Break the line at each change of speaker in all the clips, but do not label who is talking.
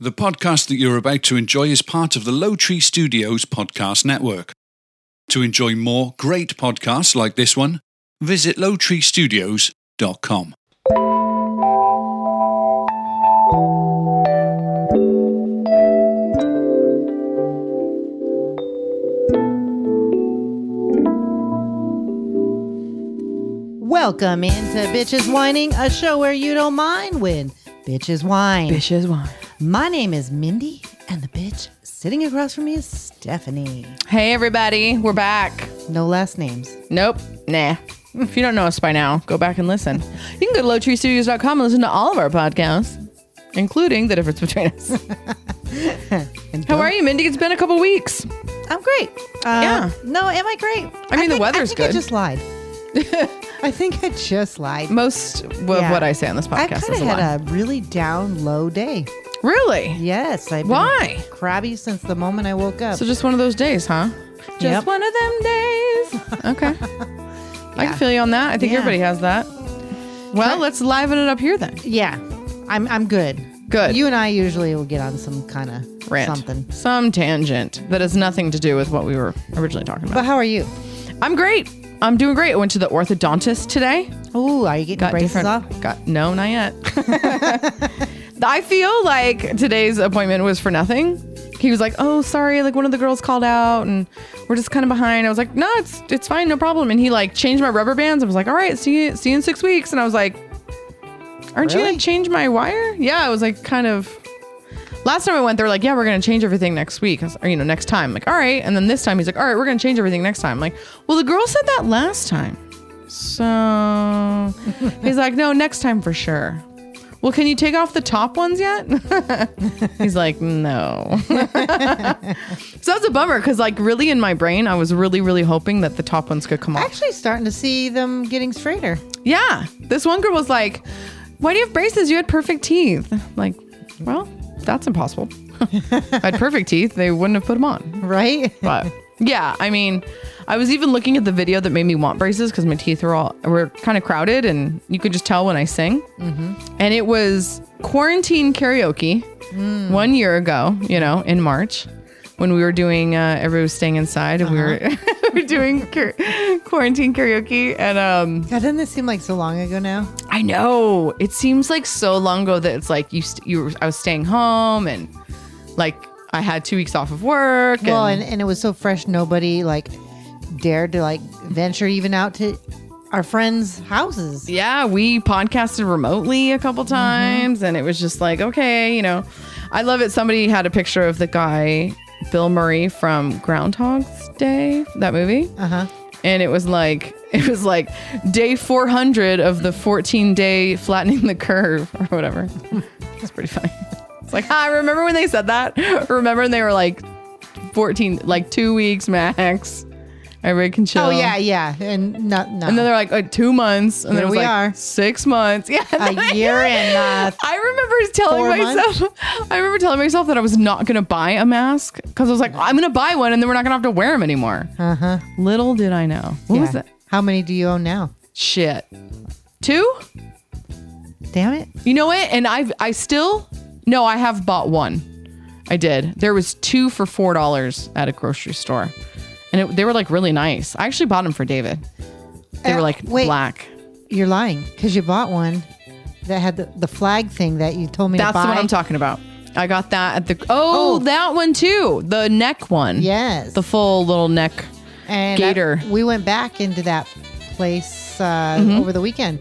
The podcast that you're about to enjoy is part of the Low Tree Studios podcast network. To enjoy more great podcasts like this one, visit lowtreestudios.com.
Welcome into Bitches Whining, a show where you don't mind when bitches whine.
Bitches wine.
My name is Mindy, and the bitch sitting across from me is Stephanie.
Hey everybody, we're back.
No last names.
Nope, nah. If you don't know us by now, go back and listen. You can go to lowtreestudios.com and listen to all of our podcasts, including The Difference Between Us.
And
How are you, Mindy? It's been a couple weeks.
I'm great. Uh,
Yeah.
No, am I great?
I mean, the
think-
weather's
I think I
good.
just lied. I think I just lied.
Most of
Yeah.
what I say on this
I
podcast
kind of
is a lie.
had a really down, low day.
really?
Yes. I've been
Why?
Crabby since the moment I woke up.
So just one of those days, huh? Just
Yep.
one of them days. Okay. I
Yeah.
can feel you on that. I think
Yeah.
everybody has that. Well, let's liven it up here then.
yeah, I'm, I'm good.
Good.
You and I usually will get on some kind of
Rant.
something.
Some tangent that has nothing to do with what we were originally talking about.
But how are you?
I'm great. I'm doing great. I went to the orthodontist today.
Oh, are you getting
Got
braces
different.
off?
Got no, not yet. I feel like today's appointment was for nothing. He was like, "Oh, sorry, like one of the girls called out, and we're just kind of behind." I was like, "No, it's it's fine, no problem." And he like changed my rubber bands. I was like, "All right, see you, see you in six weeks." And I was like, "Aren't you
Really?
gonna change my wire?" Yeah, I was like, kind of. Last time I went, they were like, "Yeah, we're gonna change everything next week," I was- or you know, next time. I'm like, all right. And then this time, he's like, "All right, we're gonna change everything next time." I'm like, well, the girl said that last time. So he's like, no, next time for sure. Well, can you take off the top ones yet? he's like, no. so that's a bummer because, like, really in my brain, I was really, really hoping that the top ones could come off.
Actually, starting to see them getting straighter.
yeah. This one girl was like, why do you have braces? You had perfect teeth. I'm like, well, that's impossible. if I had perfect teeth, they wouldn't have put them on.
Right?
But yeah, I mean, I was even looking at the video that made me want braces because my teeth were all were kind of crowded, and you could just tell when I sing. And it was quarantine karaoke one year ago, you know, in March when we were doing uh, everybody was staying inside and we were we were doing car- quarantine karaoke, and um,
God, doesn't this seem like so long ago now?
I know it seems like so long ago that it's like you st- you were, I was staying home and like. I had two weeks off of work.
Well, and, and it was so fresh, nobody like dared to like venture even out to our friends' houses.
yeah, we podcasted remotely a couple
Mm-hmm.
times, and it was just like, okay, you know, I love it. Somebody had a picture of the guy, Bill Murray from Groundhog's Day, that movie,
Uh huh.
and it was like, it was like day 400 of the 14 day flattening the curve or whatever. it's pretty funny. It's like, I remember when they said that. Remember when they were like 14, like two weeks max. Everybody can chill.
Oh yeah, yeah, and not no.
And then they're like, uh, two months. And
Here
then it was
we
like,
are.
six months. Yeah. and then-
a year and uh,
I remember telling
Four
myself, I remember telling myself that I was not going to buy a mask because I was like, I'm going to buy one and then we're not going to have to wear them anymore.
uh huh.
Little did I know. What was that?
How many do you own now?
Shit. Two?
Damn it!
You know what? And I've, I still, no, I have bought one. I did. There was two for $4 at a grocery store. And it, they were like really nice. I actually bought them for David. They
Uh,
were like
wait.
black.
You're lying because you bought one that had the, the flag thing that you told me to
That's
buy.
the one I'm talking about. I got that at the oh,
Oh.
that one too. The neck one.
Yes.
The full little neck.
and I-
Gator. Mm-hmm.
we went back into that place uh, over the weekend.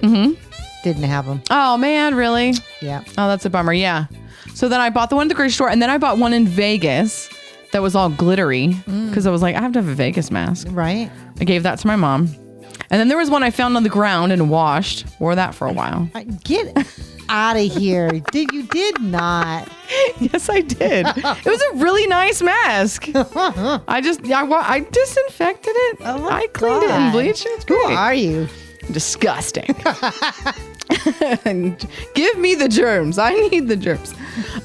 Didn't have them.
Oh man, really?
Yeah.
Oh, that's a bummer. Yeah. So then I bought the one at the grocery store and then I bought one in Vegas that was all glittery because I was like, I have to have a Vegas mask.
Right.
I gave that to my mom. And then there was one I found on the ground and washed. Wore that for a while.
I- Get out of here. Did you did not?
yes, I did. it was a really nice mask. I just I, wa- I disinfected it.
Oh my
I cleaned it
God.
and bleached it. It's
Who
great.
are you?
disgusting. And give me the germs. I need the germs.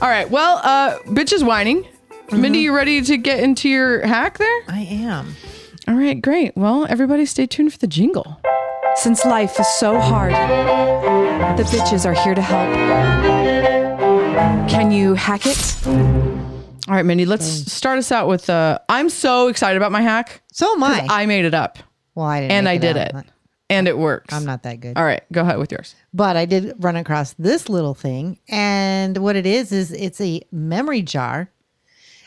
All right. Well, uh, bitch is whining. Mindy, you ready to get into your hack there?
I am.
All right, great. Well, everybody stay tuned for the jingle.
Since life is so hard, the bitches are here to help. Can you hack it?
All right, Mindy, let's
Mm.
start us out with. Uh, I'm so excited about my hack.
So am
'cause
I.
I made it up
well, I didn't.
and
make
I did
up,
it,
but
and it works.
I'm not that good.
All right, go ahead with yours.
But I did run across this little thing, and what it is is it's a memory jar,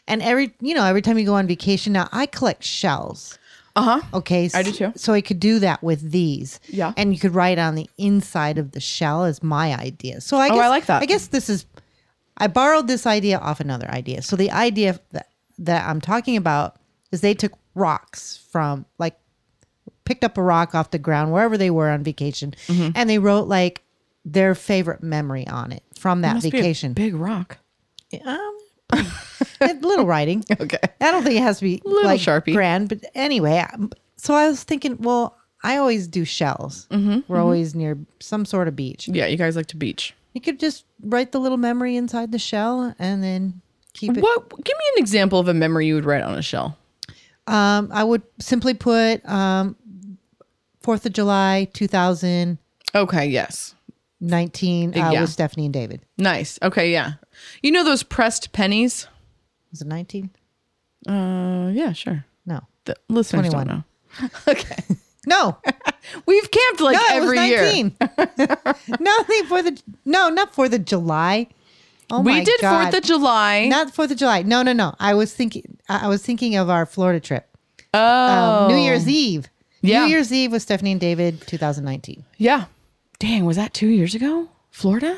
and every you know every time you go on vacation now, I collect shells.
Uh huh.
Okay,
I do too.
So I could do that with these.
Yeah.
and you could write on the inside of the shell is my idea. So I guess,
Oh, I like that.
I guess this is I borrowed this idea off another idea. So the idea that that I'm talking about is they took rocks from like picked up a rock off the ground wherever they were on vacation,
Mm-hmm.
and they wrote like their favorite memory on it from that
Must be a
vacation.
big rock.
Um, little writing.
Okay.
I don't think it has to be
Little
like
Sharpie.
grand, but anyway. I- So I was thinking, well, I always do shells.
Mm-hmm,
We're always near some sort of beach.
Yeah, you guys like to beach.
You could just write the little memory inside the shell and then keep it.
What? Give me an example of a memory you would write on a shell.
Um, I would simply put um, Fourth of July, two thousand
Okay. Yes.
nineteen. Uh,
Yeah.
with Stephanie and David.
Nice. Okay. Yeah. You know those pressed pennies?
Was it nineteen?
Uh, yeah. Sure.
No,
The listeners don't
21.
know. Okay.
no,
We've camped like
no.
every
it was
year.
nineteen. no, I think Fourth of no, not Fourth of July. Oh
We
my
did
God.
Fourth of July.
Not Fourth of July. No, no, no. I was thinking. I I was thinking of our Florida trip.
oh,
Um, New Year's Eve.
Yeah.
New Year's Eve with Stephanie and David, 2019
yeah. Dang, was that two years ago? Florida?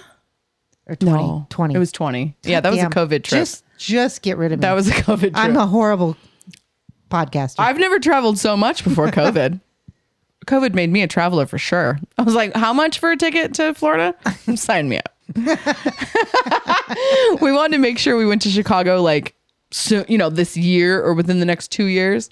or 20. 20.
it was twenty. yeah, that was a
Damn.
COVID trip.
Just, just get rid of me.
that was a COVID trip.
I'm a horrible podcaster.
I've never traveled so much before COVID. COVID made me a traveler for sure. I was like, how much for a ticket to Florida? Sign me up. we wanted to make sure we went to Chicago like so you know this year or within the next two years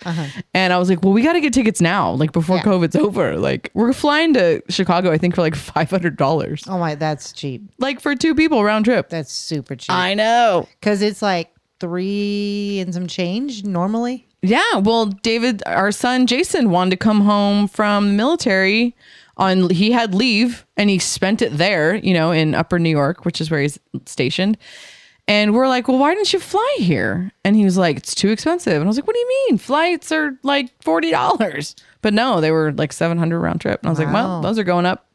and i was like well we got to get tickets now like before
Yeah.
covid's over like we're flying to chicago i think for like $500
oh my, that's cheap.
like for two people round trip
That's super cheap.
i know
Because it's like three and some change normally.
Yeah, well, David, our son Jason wanted to come home from the military on he had leave and he spent it there, you know, in Upper New York, which is where he's stationed. And we're like, "Well, why didn't you fly here?" And he was like, "It's too expensive." And I was like, "What do you mean? Flights are like $40." But no, they were like 700 round trip. And I was like, "Well,
Wow.
those are going up."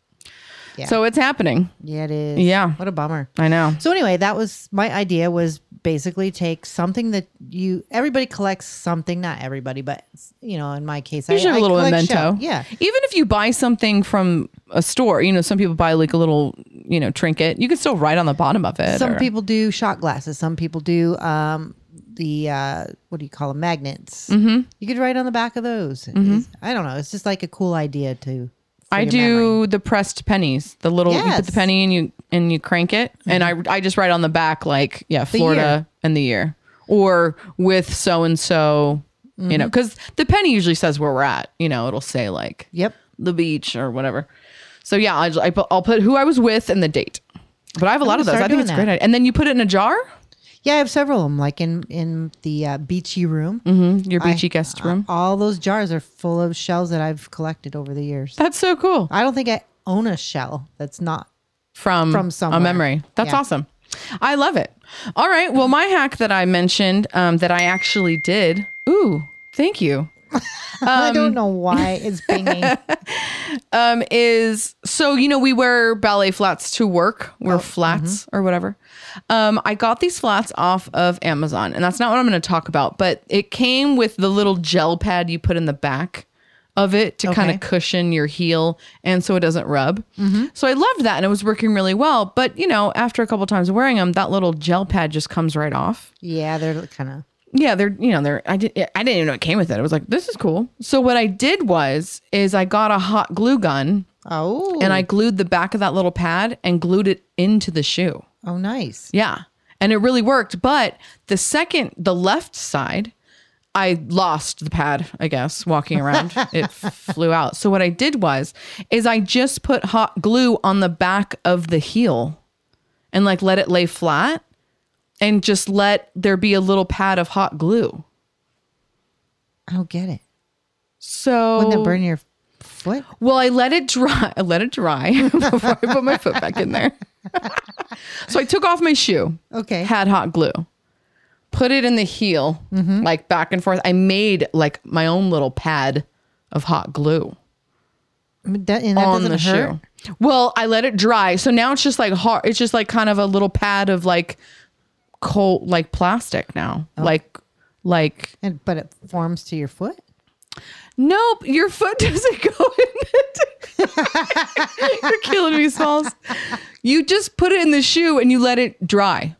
Yeah.
So it's happening.
Yeah, it is.
Yeah.
What a bummer.
I know.
So anyway, that was my idea was basically take something that you everybody collects something, not everybody, but you know, in my case,
Usually
I,
a little
I collect
memento.
shell. Yeah.
Even if you buy something from a store, you know, some people buy like a little, you know, trinket. You can still write on the bottom of it.
Some
or-
people do shot glasses. Some people do um, the uh, what do you call them? Magnets. Mm-hmm. You could write on the back of those. It's- I don't know. It's just like a cool idea to. for
Mm-hmm. I
your
do
memory.
the pressed pennies. The little you put the
Yes. Mm-hmm.
penny and you and you crank it, and I I just write on the back like yeah Florida and the year or with so and so, you know,
Mm-hmm.
because the penny usually says where we're at. You know, it'll say like
Yep.
the beach or whatever. So yeah, I, I put, I'll put who I was with and the date. But I have a lot
gonna
of those.
start
I think
doing
it's
that.
a great. idea. And then you put it in a jar.
Yeah, I have several of them. Like in in the uh, beachy room,
Your beachy guest room.
all those jars are full of shells that I've collected over the years.
That's so cool.
I don't think I own a shell that's not
From
From somewhere.
a memory. That's
Yeah.
awesome. I love it. All right. Well, my hack that I mentioned um, that I actually did. Ooh, thank you.
I don't know why it's binging.
Um, is so you know we wear ballet flats to work. We're flats or whatever. Um, I got these flats off of Amazon, and that's not what I'm going to talk about. But it came with the little gel pad you put in the back of it to kind
Okay.
of cushion your heel and so it doesn't rub. So I loved that, and it was working really well. But you know, after a couple times of wearing them, that little gel pad just comes right off.
yeah, they're kind of.
Yeah, they're you know they're I didn't I didn't even know it came with it. I was like, this is cool. So what I did was is I got a hot glue gun
Oh,
and I glued the back of that little pad and glued it into the shoe.
oh nice.
Yeah. And it really worked. But the second, the left side, I lost the pad, I guess, walking around. it f- flew out. So what I did was is I just put hot glue on the back of the heel and like let it lay flat and just let there be a little pad of hot glue.
I don't get it.
So
Wouldn't that burn your foot?
Well, I let it dry. I let it dry before I put my foot back in there. So I took off my shoe,
Okay.
had hot glue, put it in the heel,
Mm-hmm.
like back and forth. I made like my own little pad of hot glue
But that- and that
on the
doesn't hurt.
shoe. Well, I let it dry. So now it's just like hard. It's just like kind of a little pad of like cold, like plastic now.
Oh.
Like, like,
And but it forms to your foot.
nope, your foot doesn't go in it. You're killing me, Smalls. You just put it in the shoe and you let it dry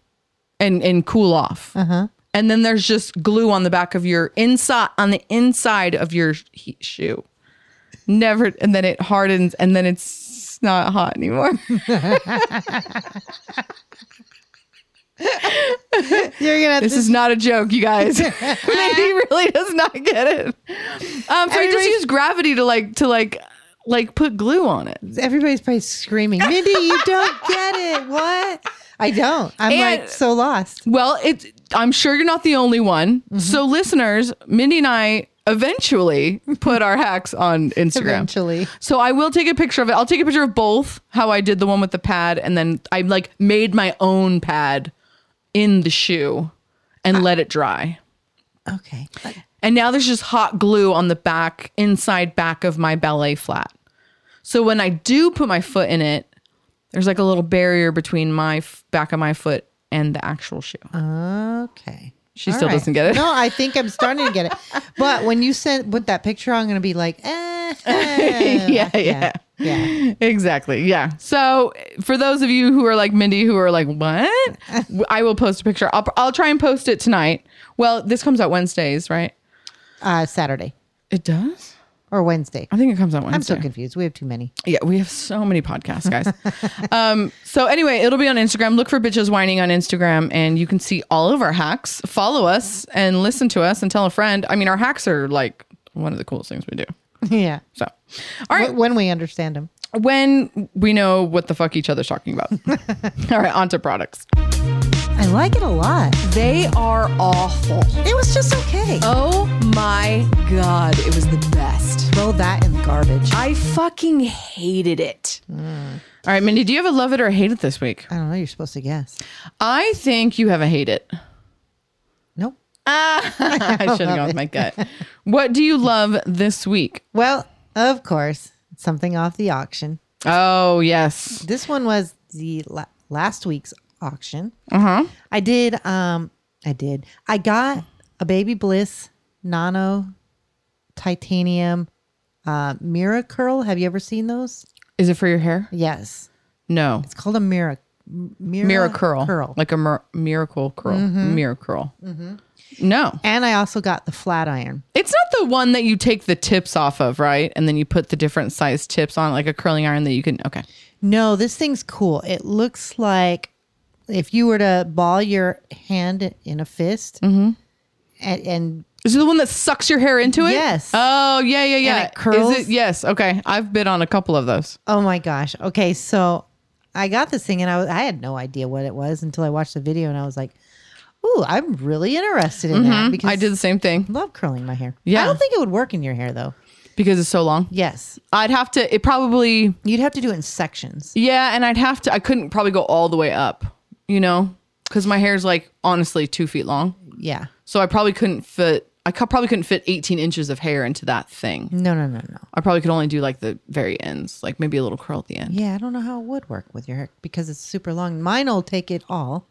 and, and cool off. Uh-huh. And then there's just glue on the back of your inside, on the inside of your he- shoe. Never, and then it hardens and then it's not hot anymore.
You're gonna. Have
This
to,
is not a joke, you guys. Mandy really does not get it. Um, so I just
Everybody's-
use gravity to like to like like put glue on it.
everybody's probably screaming, Mindy, you don't get it. What? I don't. I'm like
And-
so lost.
Well, it. I'm sure you're not the only one.
Mm-hmm.
So listeners, Mindy and I eventually put our hacks on Instagram.
Eventually.
So I will take a picture of it. I'll take a picture of both how I did the one with the pad, and then I like made my own pad in the
Ah.
shoe and let it dry.
Okay.
And now there's just hot glue on the back, inside back of my ballet flat. So when I do put my foot in it, there's like a little barrier between my f- back of my foot and the actual shoe.
Okay.
She
Uh, All
still doesn't get it.
No, I think I'm starting to get it. But when you sent put that picture, on, I'm gonna be like, eh, eh.
Yeah, yeah.
yeah.
Exactly. Yeah. So for those of you who are like Mindy, who are like, what? I will post a picture. I'll, I'll try and post it tonight. Well, this comes out Wednesdays, right?
Uh, Saturday
It does?
or Wednesday.
I think it comes out Wednesday.
I'm so confused. We have too many.
Yeah, we have so many podcasts, guys. um, so anyway, it'll be on Instagram. Look for bitches whining on Instagram, and you can see all of our hacks. Follow us and listen to us, and tell a friend. I mean, our hacks are like one of the coolest things we do.
yeah.
So, all right,
Wh- When we understand them.
when we know what the fuck each other's talking about. all right, onto products.
I like it a lot.
They are awful.
It was just okay.
Oh my god, it was the best.
Throw that in the garbage.
I fucking hated it.
All right, Mindy, do you have a love it or hate it this week?
I don't know. You're supposed to guess.
I think you have a hate it.
Nope.
I should have gone with my gut. What do you love this week?
Well, of course, something off the auction.
Oh yes.
This one was the la- last week's auction.
Uh huh.
I did. Um, I did. I got a Baby Bliss Nano Titanium uh, Mira Curl. Have you ever seen those?
Is it for your hair?
Yes.
No.
It's called a Mira. m- Mira,
Mirror curl. Mm-hmm. Like a mir- miracle curl. Mirror curl. No.
and I also got the flat iron.
It's not the one that you take the tips off of, right? And then you put the different size tips on, like a curling iron that you can. Okay.
No, this thing's cool. It looks like if you were to ball your hand in a fist
Mm-hmm.
and, and
Is it the one that sucks your hair into it?
Yes.
Oh, yeah, yeah, yeah.
it curls?
Is it? Yes. Okay. I've been on a couple of those.
Oh my gosh. Okay, so I got this thing and I was, I had no idea what it was until I watched the video and I was like, "Ooh, I'm really interested in that because
Mm-hmm. I did the same
I
thing
love curling my hair."
Yeah.
I don't think it would work in your hair though.
because it's so long.
Yes.
I'd have to, it probably,
You'd have to do it in sections.
yeah. And I'd have to, I couldn't probably go all the way up, you know, because my hair's like honestly two feet long.
Yeah.
So I probably couldn't fit. I cou- probably couldn't fit 18 inches of hair into that thing.
No, no, no, no.
I probably could only do like the very ends, like maybe a little curl at the end.
Yeah, I don't know how it would work with your hair because it's super long. Mine'll take it all.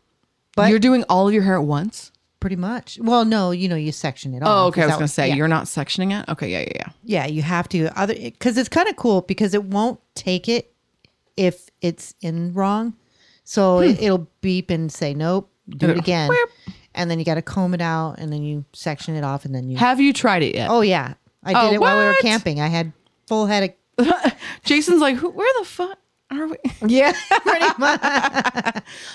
But-
You're doing all of your hair at once?
Pretty much. Well, no, you know, you section it
Oh,
off.
okay. I
Is that
was going to
what-
say,
yeah.
you're not sectioning it? Okay. Yeah. Yeah. Yeah.
Yeah, you have to other because it's kind of cool because it won't take it if it's in wrong,
Hmm.
so it, it'll beep and say nope, do it
It'll-
again, and then you got to comb it out and then you section it off and then you.
Have you tried it yet?
oh yeah, I did
Oh,
it while we were
what?
camping. I had full head of
Jason's like, Who, where the fuck are we?
yeah, pretty much.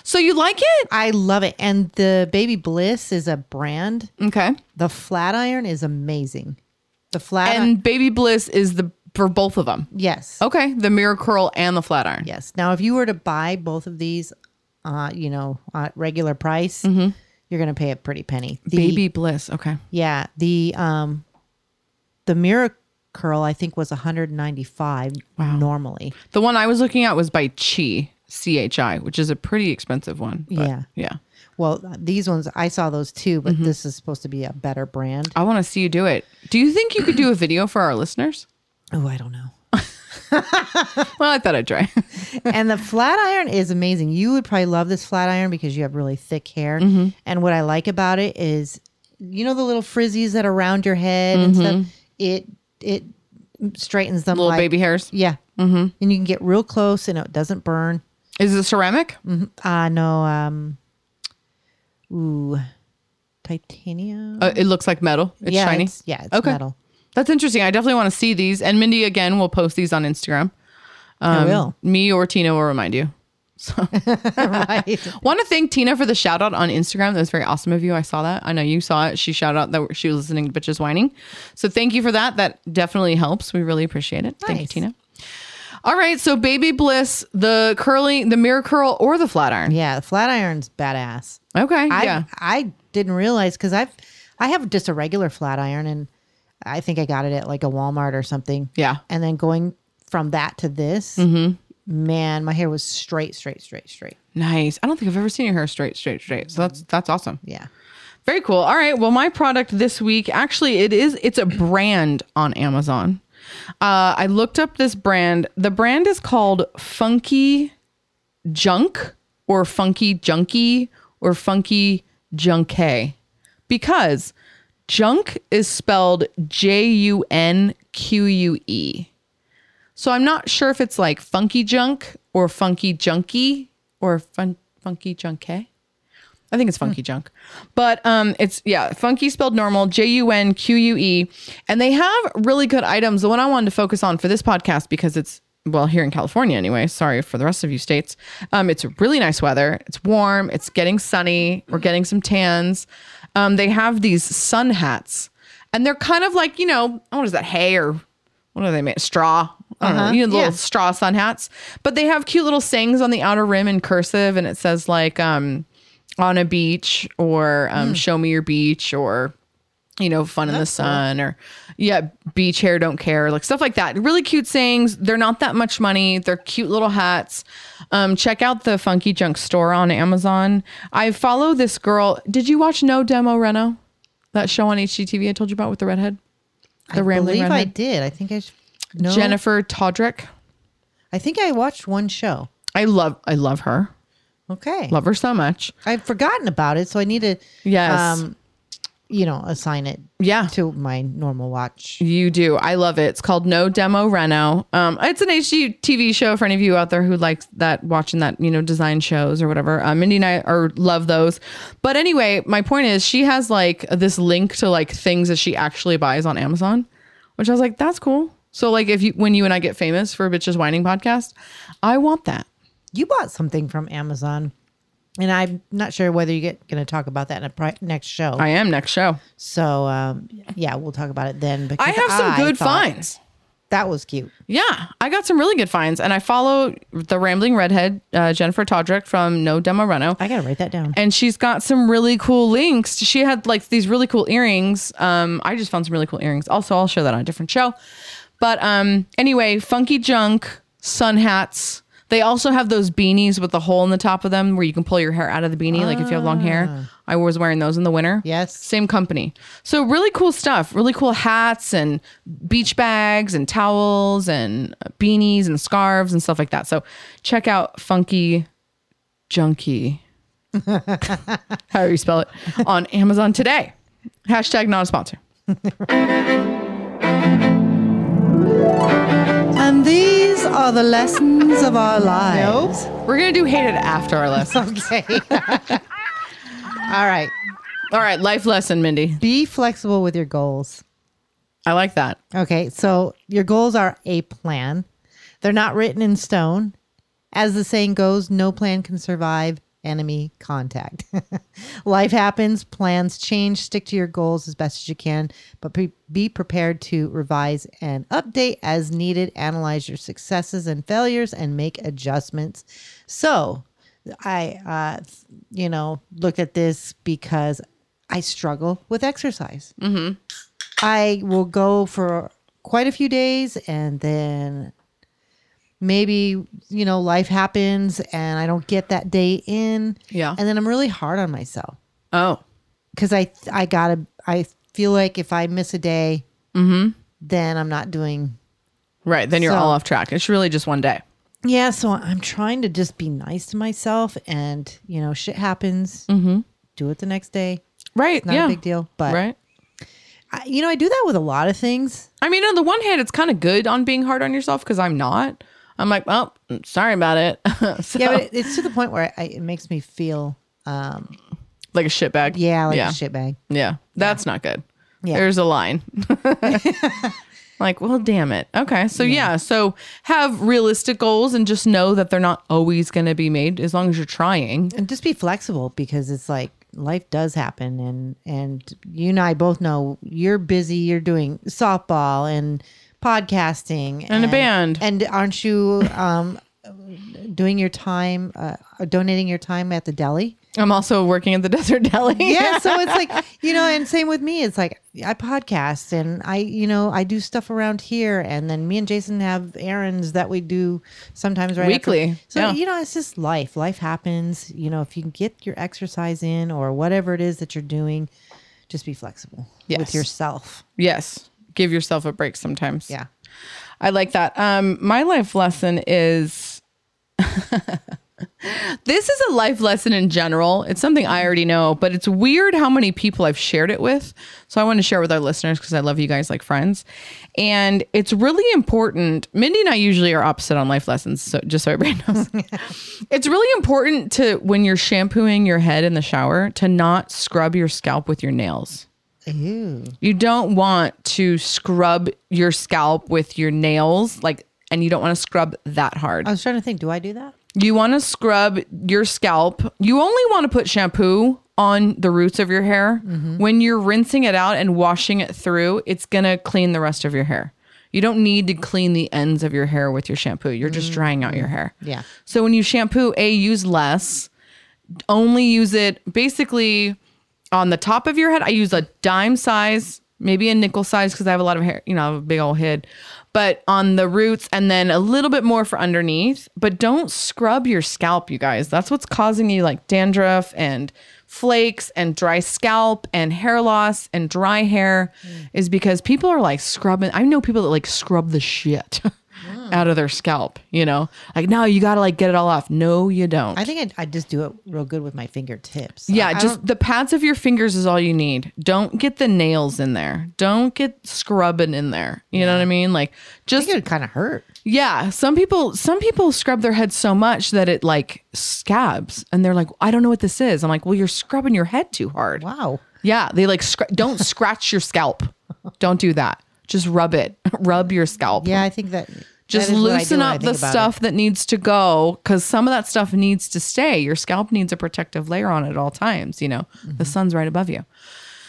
so you like it?
I love it, and the Baby Bliss is a brand.
Okay.
The flat iron is amazing. The flat iron,
And Baby Bliss is the, for both of them.
yes,
Okay. The mirror curl and the flat iron.
Yes. Now, if you were to buy both of these, uh, you know, at regular price, you're going to pay a pretty penny. The,
Baby Bliss. Okay.
yeah. The um, the mirror curl I think was 195 normally.
The one I was looking at was by Chi. CHI, which is a pretty expensive one. but
Yeah.
Yeah.
Well, these ones I saw those too, but this is supposed to be a better brand.
I want to see you do it. Do you think you could do a video for our listeners?
Oh, I don't know.
Well, I thought I'd try.
and the flat iron is amazing. You would probably love this flat iron because you have really thick hair.
Mm-hmm.
And what I like about it is, you know, the little frizzies that are around your head and stuff. It it straightens them.
Mm-hmm. Little
like-
baby hairs.
Yeah. Mm-hmm. And you can get real close, and it doesn't burn.
Is it ceramic?
Uh no. Um. Ooh, titanium.
Uh, it looks like metal. It's
Mm-hmm. yeah,
shiny.
It's, yeah. It's
Okay.
metal.
That's interesting. I definitely want to see these. And Mindy again will post these on Instagram. Um,
I will.
Me or Tina will remind you.
right.
Want to thank Tina for the shout out on Instagram. That was very awesome of you. I saw that. I know you saw it. She shout out that she was listening to Bitches Whining. So thank you for that. That definitely helps. We really appreciate it. Thank you,
Nice.
Tina. All right. So Baby Bliss, the curling, the mirror curl, or the flat iron.
Yeah. The flat iron's badass.
Okay.
I
yeah.
I didn't realize because I've I have just a regular flat iron and I think I got it at like a Walmart or something.
Yeah. Mm-hmm.
And then going from that to this, man, my hair was straight, straight, straight, straight.
Nice. I don't think I've ever seen your hair straight, straight, straight. So that's that's awesome.
Yeah.
Very cool. All right. Well, my product this week actually it is it's a brand on Amazon. Uh, I looked up this brand. The brand is called Funky Junk or Funky Junkie or Funky Junkie because junk is spelled J U N Q U E. So I'm not sure if it's like Funky Junk or Funky Junkie or fun, Funky Junkie. I think it's funky junk. But um it's yeah, funky spelled normal, J U N Q U E. And they have really good items. The one I wanted to focus on for this podcast because it's well, here in California anyway. Sorry for the rest of you states. Um, it's really nice weather. It's warm, it's getting sunny, we're getting some tans. Um, they have these sun hats. And they're kind of like, you know, what is that, hay or what are they made? Straw. I don't know. You know, little
Uh-huh. Yeah.
straw sun hats. But they have cute little sayings on the outer rim in cursive, and it says like um, "on a beach" or
Hmm.
um, "show me your beach" or you know, "fun in the sun" or yeah, "beach hair don't care," like stuff like that. Really cute sayings. They're not that much money. They're cute little hats. Um, check out the Funky Junk store on Amazon. I follow this girl. Did you watch No Demo Reno? That show on HGTV I told you about with the redhead, the
I
rambling
believe I
redhead,
did. I think I sh- no.
Jennifer Todrick.
I think I watched one show.
I love I love her.
Okay.
Love her so much.
I've forgotten about it, so I need to um,
Yes.
you know, assign it
Yeah.
to my normal watch.
You do. I love it. It's called No Demo Reno. Um, it's an HGTV show for any of you out there who likes that watching that you know design shows or whatever. Um, Mindy and I are love those. But anyway, my point is she has like this link to like things that she actually buys on Amazon, which I was like, that's cool. So like if you when you and I get famous for bitches whining podcast, I want that.
You bought something from Amazon. And I'm not sure whether you get going to talk about that in a pri- next show.
I am next show.
So um, yeah, we'll talk about it then. Because
I have some good
thought
finds.
That was cute.
Yeah, I got some really good finds, and I follow the rambling redhead uh, Jennifer Todrick from No Demo Reno,
I gotta write that down.
and she's got some really cool links. She had like these really cool earrings. Um, I just found some really cool earrings. Also, I'll show that on a different show. But um, anyway, funky junk sun hats. They also have those beanies with the hole in the top of them where you can pull your hair out of the beanie, like if you have long hair. I was wearing those in the winter.
Yes.
Same company. So really cool stuff. Really cool hats and beach bags and towels and beanies and scarves and stuff like that. So check out Funky Junkie. However you spell it on Amazon today. Hashtag not a sponsor.
And these are the lessons of our lives.
We're gonna do hate it after our lesson.
Okay. All right.
All right, life lesson, Mindy.
Be flexible with your goals.
I like that.
Okay, so your goals are a plan. They're not written in stone. As the saying goes, no plan can survive enemy contact. Life happens, plans change, stick to your goals as best as you can, but pre- be prepared to revise and update as needed, analyze your successes and failures, and make adjustments. So, I, uh, you know, looked at this because I struggle with exercise. I will go for quite a few days and then maybe you know life happens and I don't get that day in.
Yeah.
and then I'm really hard on myself
Oh.
because I I gotta I feel like if I miss a day,
Mm-hmm.
then I'm not doing.
Right. Then you're
So-
all off track. It's really just one day.
Yeah, so I'm trying to just be nice to myself, and you know, shit happens. Mm-hmm. Do it the next day.
Right.
Not
yeah.
a big deal, but
Right.
I, you know, I do that with a lot of things.
I mean, on the one hand, it's kind of good on being hard on yourself because I'm not. I'm like, oh, sorry about it. So,
Yeah, but it, it's to the point where I, it makes me feel, um,
like a shitbag.
yeah, like
yeah.
a shitbag.
Yeah. That's not good.
Yeah.
There's a line. like, well, damn it. Okay. So, yeah. So, have realistic goals and just know that they're not always going to be made as long as you're trying.
And just be flexible because it's like life does happen, and and you and I both know you're busy. You're doing softball and podcasting and,
a band.
and aren't you um, doing your time, uh, donating your time at the deli?
I'm also working at the Desert Deli.
yeah so it's like you know and same with me it's like i podcast and i you know i do stuff around here and then me and jason have errands that we do sometimes right after-
Weekly,
so
yeah.
you know it's just life life happens you know if you can get your exercise in or whatever it is that you're doing just be flexible
Yes.
with yourself
Yes. Give yourself a break sometimes.
yeah
I like that. Um, my life lesson is this is a life lesson in general. It's something I already know, but it's weird how many people I've shared it with. So I want to share with our listeners because I love you guys like friends. And it's really important. Mindy and I usually are opposite on life lessons, so just so everybody knows. it's really important to when you're shampooing your head in the shower to not scrub your scalp with your nails.
Ew.
You don't want to scrub your scalp with your nails, like, and you don't want to scrub that hard.
i was trying to think do i do that
You want to scrub your scalp. You only want to put shampoo on the roots of your hair. When you're rinsing it out and washing it through, it's going to clean the rest of your hair. You don't need to clean the ends of your hair with your shampoo. You're just drying out your hair.
Yeah.
So when you shampoo, A, use less only use it basically on the top of your head. I use a dime size, maybe a nickel size, because I have a lot of hair, you know, I have a big old head, but on the roots and then a little bit more for underneath. But don't scrub your scalp, you guys. That's what's causing you like dandruff and flakes and dry scalp and hair loss and dry hair is because people are like scrubbing. I know people that like scrub the shit. out of their scalp, you know? Like no, you got to like get it all off. No, you don't.
i think I, I just do it real good with my fingertips
Yeah,
I- I
just the pads of your fingers is all you need. Don't get the nails in there. Don't get scrubbing in there. You know what I mean? Like
don't
just
think it would kind of hurt
yeah, some people some people scrub their head so much that it like scabs and they're like, "I don't know what this is." I'm like, "Well, you're scrubbing your head too hard."
wow
Yeah, they like scr- don't scratch your scalp. Don't do that. Just rub it. rub your scalp.
yeah i think that
Just
that is what I do
loosen
when I
up the
think about it.
stuff that needs to go because some of that stuff needs to stay. Your scalp needs a protective layer on it at all times. You know,
Mm-hmm.
the sun's right above you.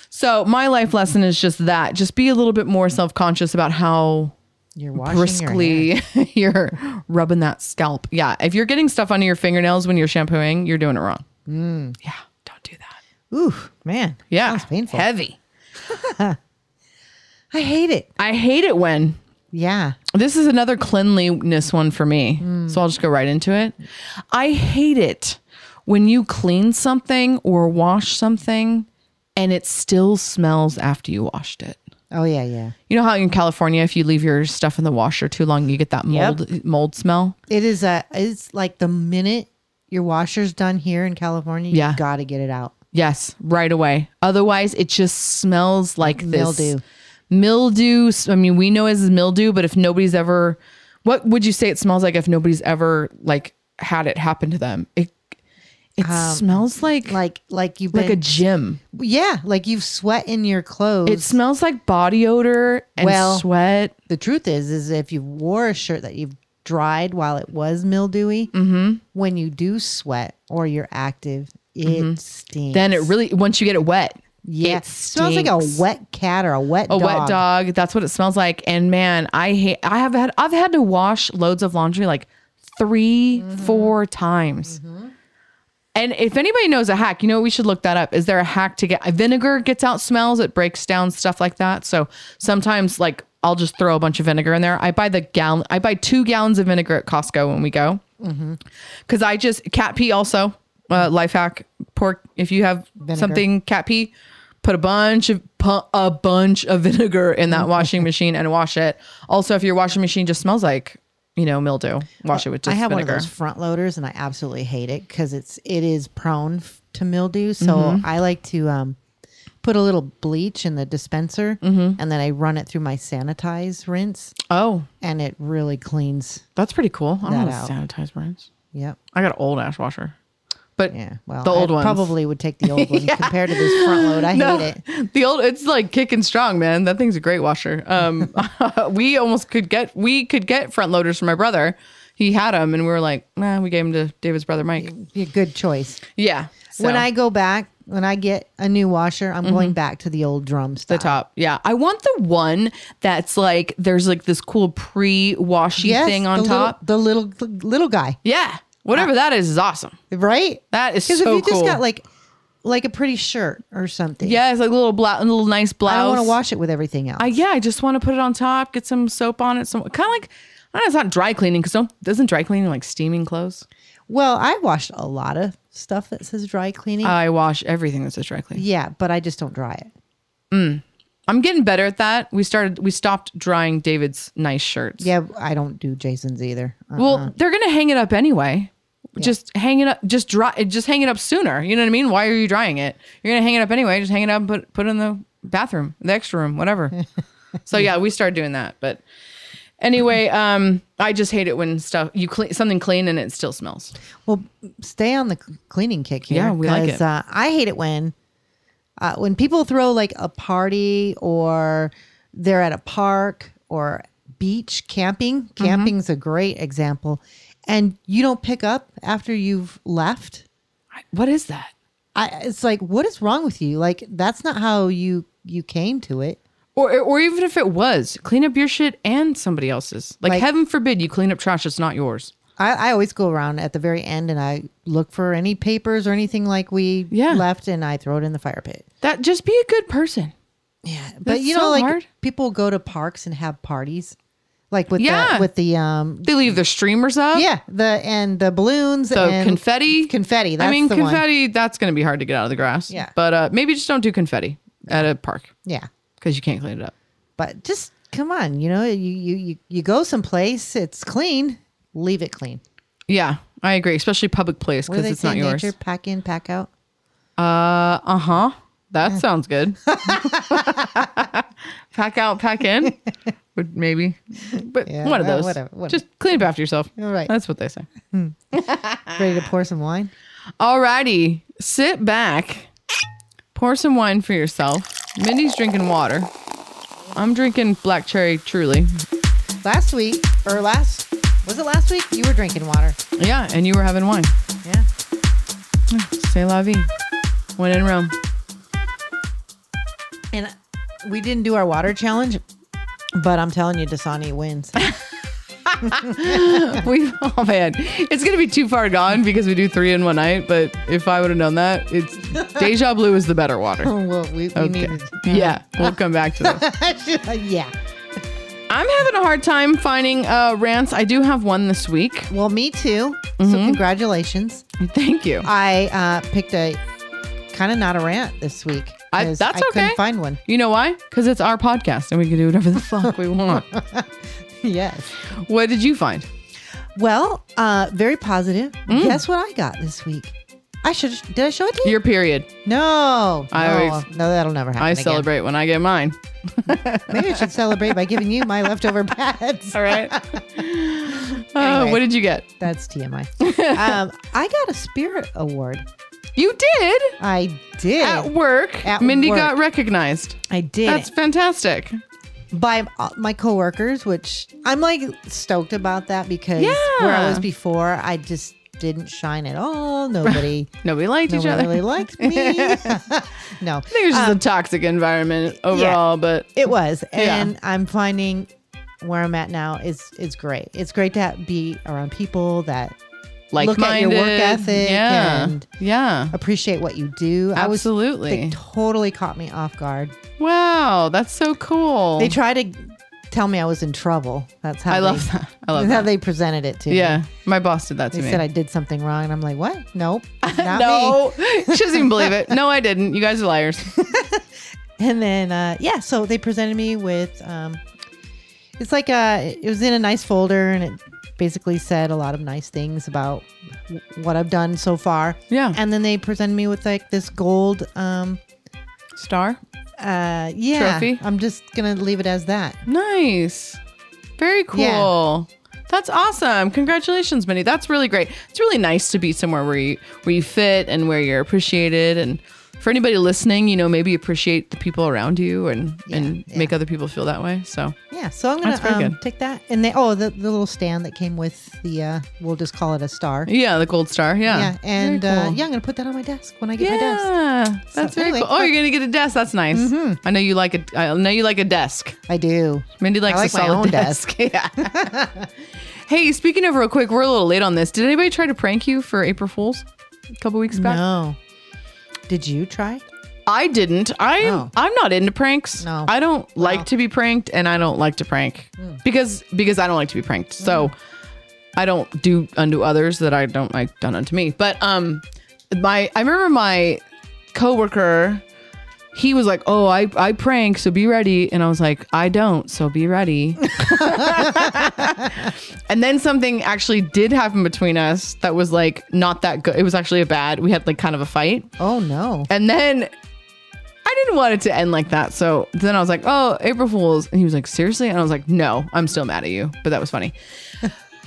So, my life lesson is just that just be a little bit more self conscious about how
you're washing your hair.
briskly you're rubbing that scalp. Yeah. If you're getting stuff under your fingernails when you're shampooing, you're doing it wrong. Yeah. Don't do that.
Ooh, man.
Yeah.
Mm. Sounds painful.
Heavy.
I hate it.
I hate it when
Yeah.
This is another cleanliness one for me. So I'll just go right into it. I hate it when you clean something or wash something and it still smells after you washed it.
Oh, yeah, yeah.
You know how in California if you leave your stuff in the washer too long you get that
Yep.
mold mold smell?
It is a, it's like the minute your washer's done here in California, you
Yeah.
got to get it out.
Yes, right away. Otherwise, it just smells like this
Mildew.
Mildew. s- I mean, we know it as mildew, but if nobody's ever, what would you say it smells like if nobody's ever like had it happen to them? It it smells like like,
Um, Like, like you've
like a
been,
gym.
yeah, like you've sweat in your clothes.
It smells like body odor and
Well-
sweat.
the truth is, is if you wore a shirt that you've dried while it was mildewy, mm-hmm. when you do sweat or you're active, it stinks.
Mm-hmm. Then it really once you get it wet.
yeah,
it
smells like a
stinks.
wet cat or a wet
a wet dog. That's what it smells like. And man, I hate. I have had. I've had to wash loads of laundry like 3 four times. And if anybody knows a hack, you know we should look that up. Is there a hack to get vinegar gets out smells, it breaks down stuff like that. So sometimes like I'll just throw a bunch of vinegar in there. I buy the gallon I buy 2 gallons of vinegar at Costco when we go. Cuz I just cat pee also uh, life hack pork if you have something cat pee put a bunch of pu- a bunch of vinegar in that washing machine and wash it. Also if your washing machine just smells like, you know, mildew, wash it with
I
just
have
vinegar.
one of those front loaders, and I absolutely hate it because it's it is prone f- to mildew. So
Mm-hmm.
I like to um, put a little bleach in the dispenser,
Mm-hmm.
and then I run it through my sanitize rinse,
Oh,
and it really cleans.
That's pretty cool. I don't
that
know sanitize rinse.
Yep.
I got an old ash washer, but
Yeah. Well,
the
I
old one
probably would take the old one compared to this front load. I
No,
hate it.
the old it's like kicking strong, man. That thing's a great washer. Um, we almost could get we could get front loaders for my brother. He had them, and we were like, nah, we gave them to David's brother Mike.
Be a good choice.
Yeah,
When
so, Mm-hmm.
I go back, when I get a new washer, I'm going back to the old drum
the
style.
top, yeah, I want the one that's like there's like this cool pre-washy
Yes,
thing on
the
top.
Little, the little little guy,
yeah, whatever that is is awesome.
right?
That is
Because
so
if you
cool.
just got like like a pretty shirt or something,
Yeah, it's like a little bla- a little nice blouse.
I don't want to wash it with everything else.
I yeah, I just want to put it on top, get some soap on it, some kind of like I don't know, it's not dry cleaning because don't doesn't dry cleaning like steaming clothes.
well, I washed a lot of stuff that says dry cleaning.
I wash everything that's a dry clean.
yeah, but I just don't dry it.
I'm getting better at that. We started we stopped drying David's nice shirts.
Yeah, I don't do Jason's either. Uh,
Well, they're gonna hang it up anyway. Just hang it up. Just dry. Just hang it up sooner. You know what I mean? Why are you drying it? You're gonna hang it up anyway. Just hang it up. And put put it in the bathroom, the extra room, whatever. so yeah, we started doing that. But anyway, um, I just hate it when stuff you clean something clean and it still smells.
well, stay on the c- cleaning kick here.
Yeah, we like
'cause,
it.
Uh, I hate it when uh, when people throw like a party or they're at a park or beach camping.
Mm-hmm.
Camping's a great example, and you don't pick up after you've left.
What is that?
I, it's like, what is wrong with you? Like, that's not how you you came to it.
Or, or even if it was, clean up your shit and somebody else's. Like,
Like-
heaven forbid you clean up trash that's not yours.
I, I always go around at the very end and I look for any papers or anything like we
Yeah.
left and I throw it in the fire pit.
That just be a good person.
Yeah. But
That's
you know,
so
like
hard.
people go to parks and have parties. Like with
Yeah.
the with the um
They leave their streamers up.
yeah, the and the balloons
So
and
confetti,
Confetti, that's
I mean,
the one.
confetti. That's going to be hard to get out of the grass.
Yeah.
But uh, maybe just don't do confetti at a park
Yeah.
because you can't clean it up.
But just come on, you know, you, you you you go someplace, it's clean, leave it clean.
Yeah, I agree. Especially public place
What do
because
they
it's
say
not
in
yours.
nature? Pack in, pack out.
Uh huh. That sounds good. pack out, pack in. Would maybe, but
Yeah,
one of
well,
those.
whatever, whatever.
Just clean up after yourself.
All right.
That's what they say.
Ready to pour some wine?
Alrighty, sit back, pour some wine for yourself. Mindy's drinking water. I'm drinking black cherry truly.
Last week or last was it last week? You were drinking water.
Yeah, and you were having wine.
Yeah.
Say la vie. When in Rome.
And we didn't do our water challenge, but I'm telling you, Dasani wins.
We oh man, it's gonna be too far gone because we do three in one night. But if I would have known that, it's Deja Blue is the better water.
well, we, we
Okay.
needed.
Yeah, we'll come back to this.
yeah.
I'm having a hard time finding uh, rants. I do have one this week.
Well, me too. So
Mm-hmm.
congratulations.
Thank you.
I uh, picked a kind of not a rant this week.
I,
'cause
that's
I
okay.
couldn't find one.
You know why? Because it's our podcast and we can do whatever the fuck we want.
yes.
What did you find?
Well, uh, very positive.
Mm.
Guess what I got this week? I should. Did I show it to you?
Your period.
no.
I
no.
always-
no, that'll never happen.
I
again.
celebrate when I get mine.
Maybe I should celebrate by giving you my leftover pads.
All right. Uh,
Anyway.
What did you get?
That's TMI. um, I got a spirit award.
You did
I did.
at work.
At
Mindy
work.
got recognized.
I did.
That's fantastic.
by uh, my coworkers, which I'm like stoked about that because where I
Yeah.
was before, I just didn't shine at all. Nobody,
Nobody liked each
nobody
other.
really Um, liked me. no,
I think it was just a toxic environment overall, but
it was,
Yeah.
and I'm finding where I'm at now is is great. It's great to ha- be around people that
like
look at your work ethic
Yeah.
and-
yeah.
appreciate what you do. I
Absolutely.
was, they totally caught me off guard.
Wow, that's so cool.
They tried to tell me I was in trouble. That's how
Oh. I
they,
love that. I love
that's how
that.
they presented it to me.
yeah, my boss did that to
They
me.
said I did something wrong, and I'm like, "What? Nope, not me."
no, she doesn't even believe it. No, I didn't. You guys are liars.
And then uh, yeah, so they presented me with um, it's like a it was in a nice folder, and it basically said a lot of nice things about w- what I've done so far.
Yeah.
and then they presented me with like this gold um,
Star.
uh, yeah.
Trophy?
I'm just gonna leave it as that.
Nice. Very cool.
Yeah.
That's awesome. Congratulations, Minnie. That's really great. It's really nice to be somewhere where you where you fit and where you're appreciated and for anybody listening, you know, maybe appreciate the people around you and and
yeah.
make other people feel that way. So,
Yeah, so I'm
That's pretty
gonna um,
good.
take that, and they oh the, the little stand that came with the uh, we'll just call it a star.
yeah, the gold star. Yeah.
Yeah,
Very
and uh,
cool.
yeah, I'm gonna put that on my desk when I get my desk.
Yeah, that's
So,
very
anyway, Mm-hmm.
cool. Oh,
that-
you're gonna get a desk. That's nice. I know you like a. I know you like a desk.
I do.
Mindy likes
I
a
like my
solid
own
desk. yeah. hey, speaking of real quick, we're a little late on this. Did anybody try to prank you for April Fools a couple weeks back?
No, did you try?
I didn't. I
No.
I'm not into pranks.
No. Hmm.
I don't like to be pranked, and I don't like to prank because because I don't like to be pranked. So I don't do unto others that I don't like done unto me. But um, my I remember my coworker. He was like, "Oh, I I prank, so be ready." And I was like, "I don't, so be ready." And then something actually did happen between us that was like not that good. It was actually a bad. We had like kind of a fight.
Oh no.
And then I didn't want it to end like that. So then I was like, oh, April Fools. And he was like, seriously? And I was like, no, I'm still mad at you. But that was funny.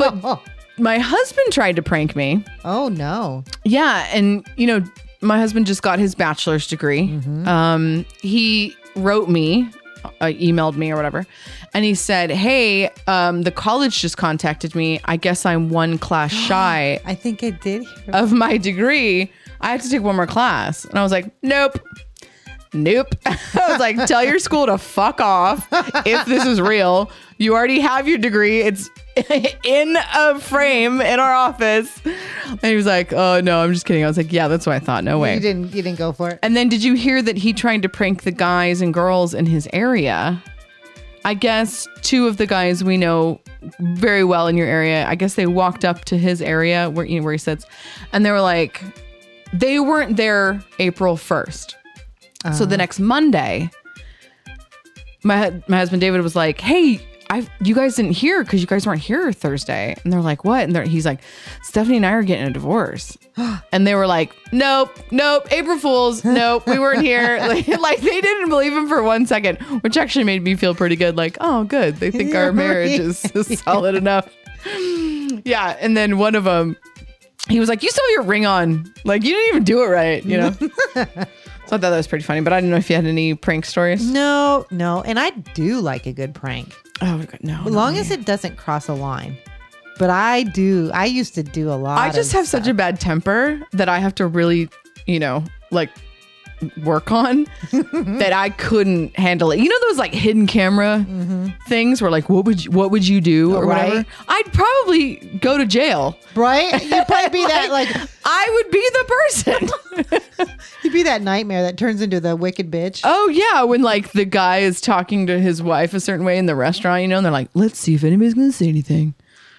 Oh,
My husband tried to prank me.
oh no.
Yeah, and you know, my husband just got his bachelor's degree. Um, he wrote me, uh, emailed me or whatever, and he said, "Hey, um, the college just contacted me. I guess I'm one class shy
I think I did. Hear
of my degree. I have to take one more class." And I was like, "Nope." Nope. I was like, tell your school to fuck off if this is real. You already have your degree. It's in a frame in our office. And he was like, oh, no, I'm just kidding. I was like, yeah, that's what I thought. No
you
way.
didn't. You didn't go for it.
And then did you hear that he tried to prank the guys and girls in his area? I guess two of the guys we know very well in your area, I guess they walked up to his area where, you know, where he sits and they were like, they weren't there April 1st. So the next Monday, my hu- my husband David was like, "Hey, I you guys didn't hear because you guys weren't here Thursday." And they're like, "What?" And they're, he's like, "Stephanie and I are getting a divorce." and they were like, "Nope, nope, April Fools, nope, we weren't here." like, like, they didn't believe him for one second, which actually made me feel pretty good. Like, oh, good, they think our marriage is, is solid enough. yeah, and then one of them. He was like, "You still have your ring on? Like you didn't even do it right, you know." so I thought that was pretty funny, but I didn't know if you had any prank stories.
No, no. And I do like a good prank,
Oh God, no!
as long as it doesn't cross a line. But I do. I used to do a lot.
I just
of
have such a bad temper that I have to really, you know, like work on that I couldn't handle it. You know those like hidden camera things where like what would you, what would you do or
Mm-hmm. Right.
whatever? I'd probably go to jail.
right. You'd probably be that like
I would be the person.
you'd be that nightmare that turns into the wicked bitch.
oh yeah, when like the guy is talking to his wife a certain way in the restaurant, you know, and they're like, "Let's see if anybody's going to say anything."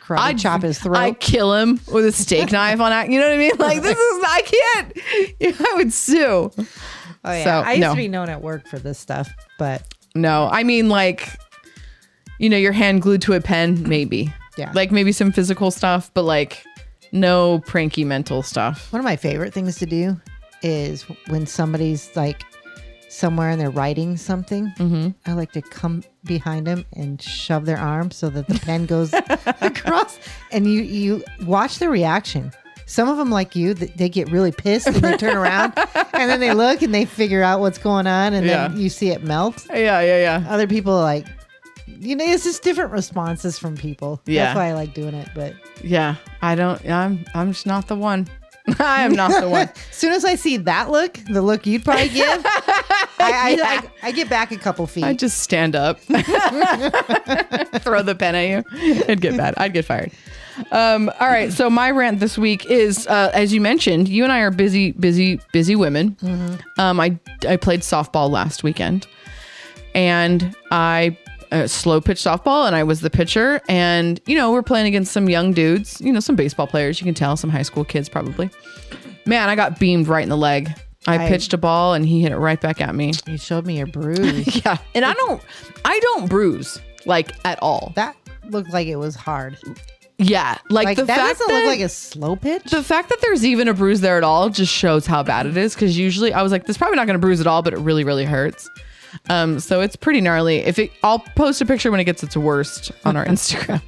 I chop his throat.
I kill him with a steak knife on act. You know what I mean? Like this is I can't. I would sue.
Oh, yeah.
So,
I used
no.
to be known at work for this stuff, but
No, I mean like, you know, your hand glued to a pen, maybe.
Yeah.
Like maybe some physical stuff, but like no pranky mental stuff.
one of my favorite things to do is when somebody's like somewhere and they're writing something, I like to come behind them and shove their arm so that the pen goes across, and you you watch the reaction. Some of them, like you, th- they get really pissed and they turn around, and then they look and they figure out what's going on, and
Yeah.
then you see it melt.
Yeah, yeah, yeah.
Other people are like, you know, it's just different responses from people.
Yeah.
that's why I like doing it, but.
Yeah. I don't I'm I'm just not the one. I am not the one.
As soon as I see that look, the look you'd probably give, I, I, I, I get back a couple feet.
I just stand up, throw the pen at you. It'd get bad. I'd get fired. Um, all right. So my rant this week is, uh, as you mentioned, you and I are busy, busy, busy women. Um, I I played softball last weekend, and I uh, slow pitch softball, and I was the pitcher. And you know, we're playing against some young dudes. You know, some baseball players. You can tell some high school kids probably. Man, I got beamed right in the leg. I
I-
pitched a ball, and he hit it right back at me.
you showed me your bruise.
Yeah. And I don't I don't bruise like at all.
that looked like it was hard.
yeah. Like,
Like
the
that
fact
doesn't
that
look like a slow pitch.
the fact that there's even a bruise there at all just shows how bad it is cuz usually I was like this probably not going to bruise at all but it really really hurts. Um so it's pretty gnarly. If it I'll post a picture when it gets its worst on our Instagram.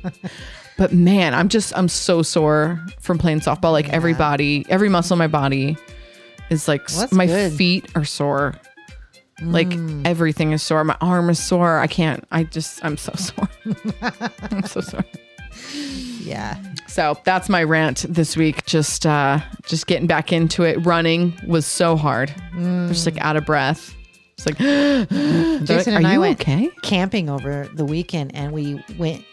But man, I'm just I'm so sore from playing softball. Like every body, every muscle in my body is like
Well, that's
my
good. Mm.
feet are sore. Like everything is sore. My arm is sore. I can't. I just I'm so sore. I'm so sore.
yeah.
So that's my rant this week. Just uh just getting back into it. Running was so hard. Just like out of breath. It's like They're like,
Jason and
are
I
you
went
okay?
camping over the weekend, and we went.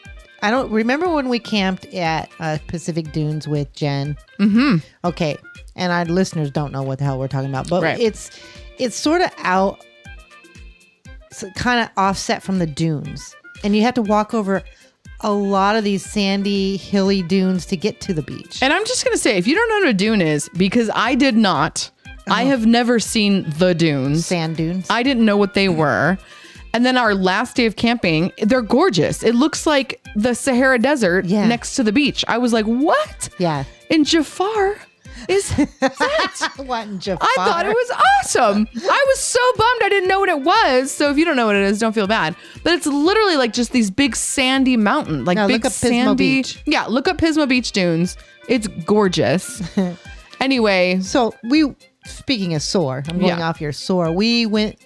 I don't remember when we camped at uh, Pacific Dunes with Jen. Mm-hmm. Okay, and our listeners don't know what the hell we're talking about, but
Right.
it's it's sort of out, kind of offset from the dunes, and you have to walk over a lot of these sandy, hilly dunes to get to the beach.
And I'm just gonna say, if you don't know what a dune is, because I did not,
Oh.
I have never seen the dunes.
Sand dunes.
I didn't know what they were. And then our last day of camping, they're gorgeous. It looks like the Sahara Desert
Yeah.
next to the beach. I was like, what?
yeah.
And Jafar is that?
What in Jafar?
I thought it was awesome. I was so bummed I didn't know what it was. So if you don't know what it is, don't feel bad. But it's literally like just these big sandy mountain, like
No,
big
look up Pismo
sandy.
Beach.
Yeah, look up Pismo Beach dunes. It's gorgeous. anyway,
So we, speaking of sore, I'm going
Yeah.
off your sore. We went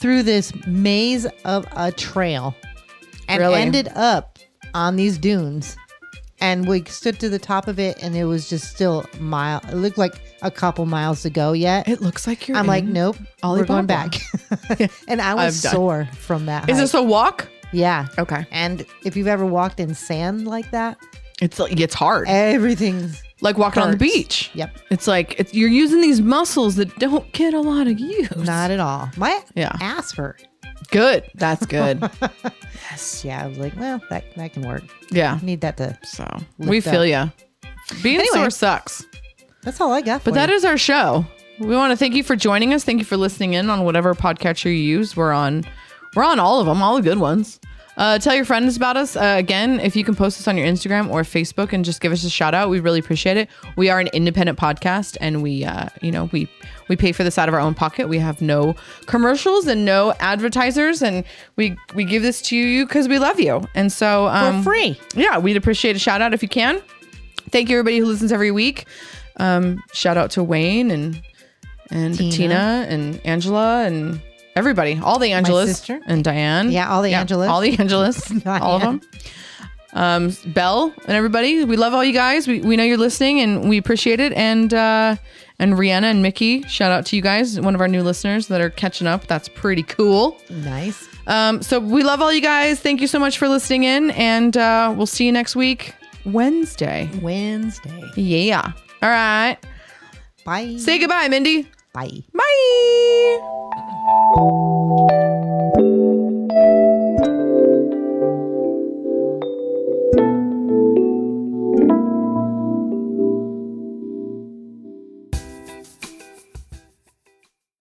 through this maze of a trail and
Really?
ended up on these dunes. And we stood to the top of it, and it was just still mile. It looked like a couple miles to go yet.
it looks like you're.
I'm like,
in
nope, we're
Alibaba.
going back. and I was
I'm done.
sore from that.
Is
hike.
this a walk?
yeah?
Okay.
And if you've ever walked in sand like that,
It's like it's hard.
everything's
like walking on the
hurts.
beach.
Yep.
It's like it's, you're using these muscles that don't get a lot of use.
not at all. My
Yeah.
ass hurt.
good. That's good.
Yeah, I was like, well, that that can work.
yeah.
need that to.
So we
Lift
feel ya. Being
Anyway.
sore sucks.
That's all I got.
But that is our show. We want to thank you for joining us. Thank you for listening in on whatever podcatcher you use. We're on, we're on all of them, all the good ones. Uh, tell your friends about us. Uh, again, if you can post us on your Instagram or Facebook and just give us a shout out, we really appreciate it. We are an independent podcast, and we, uh, you know, we we pay for this out of our own pocket. We have no commercials and no advertisers, and we we give this to you because we love you, and so um,
free.
Yeah, we'd appreciate a shout out if you can thank you everybody who listens every week. Um, shout out to Wayne and and Tina,
Tina.
and Angela and everybody, all the Angelas
sister.
and Diane.
Yeah, all the Angelas.
all the Angelas, all of them. Um, Belle and everybody, we love all you guys. We, we know you're listening and we appreciate it. And uh, and Rihanna and Mickey, shout out to you guys, one of our new listeners that are catching up. That's pretty cool.
nice.
Um, so we love all you guys. Thank you so much for listening in, and uh, we'll see you next week, Wednesday.
Wednesday.
Yeah. All right.
Bye.
Say goodbye, Mindy.
Bye.
Bye.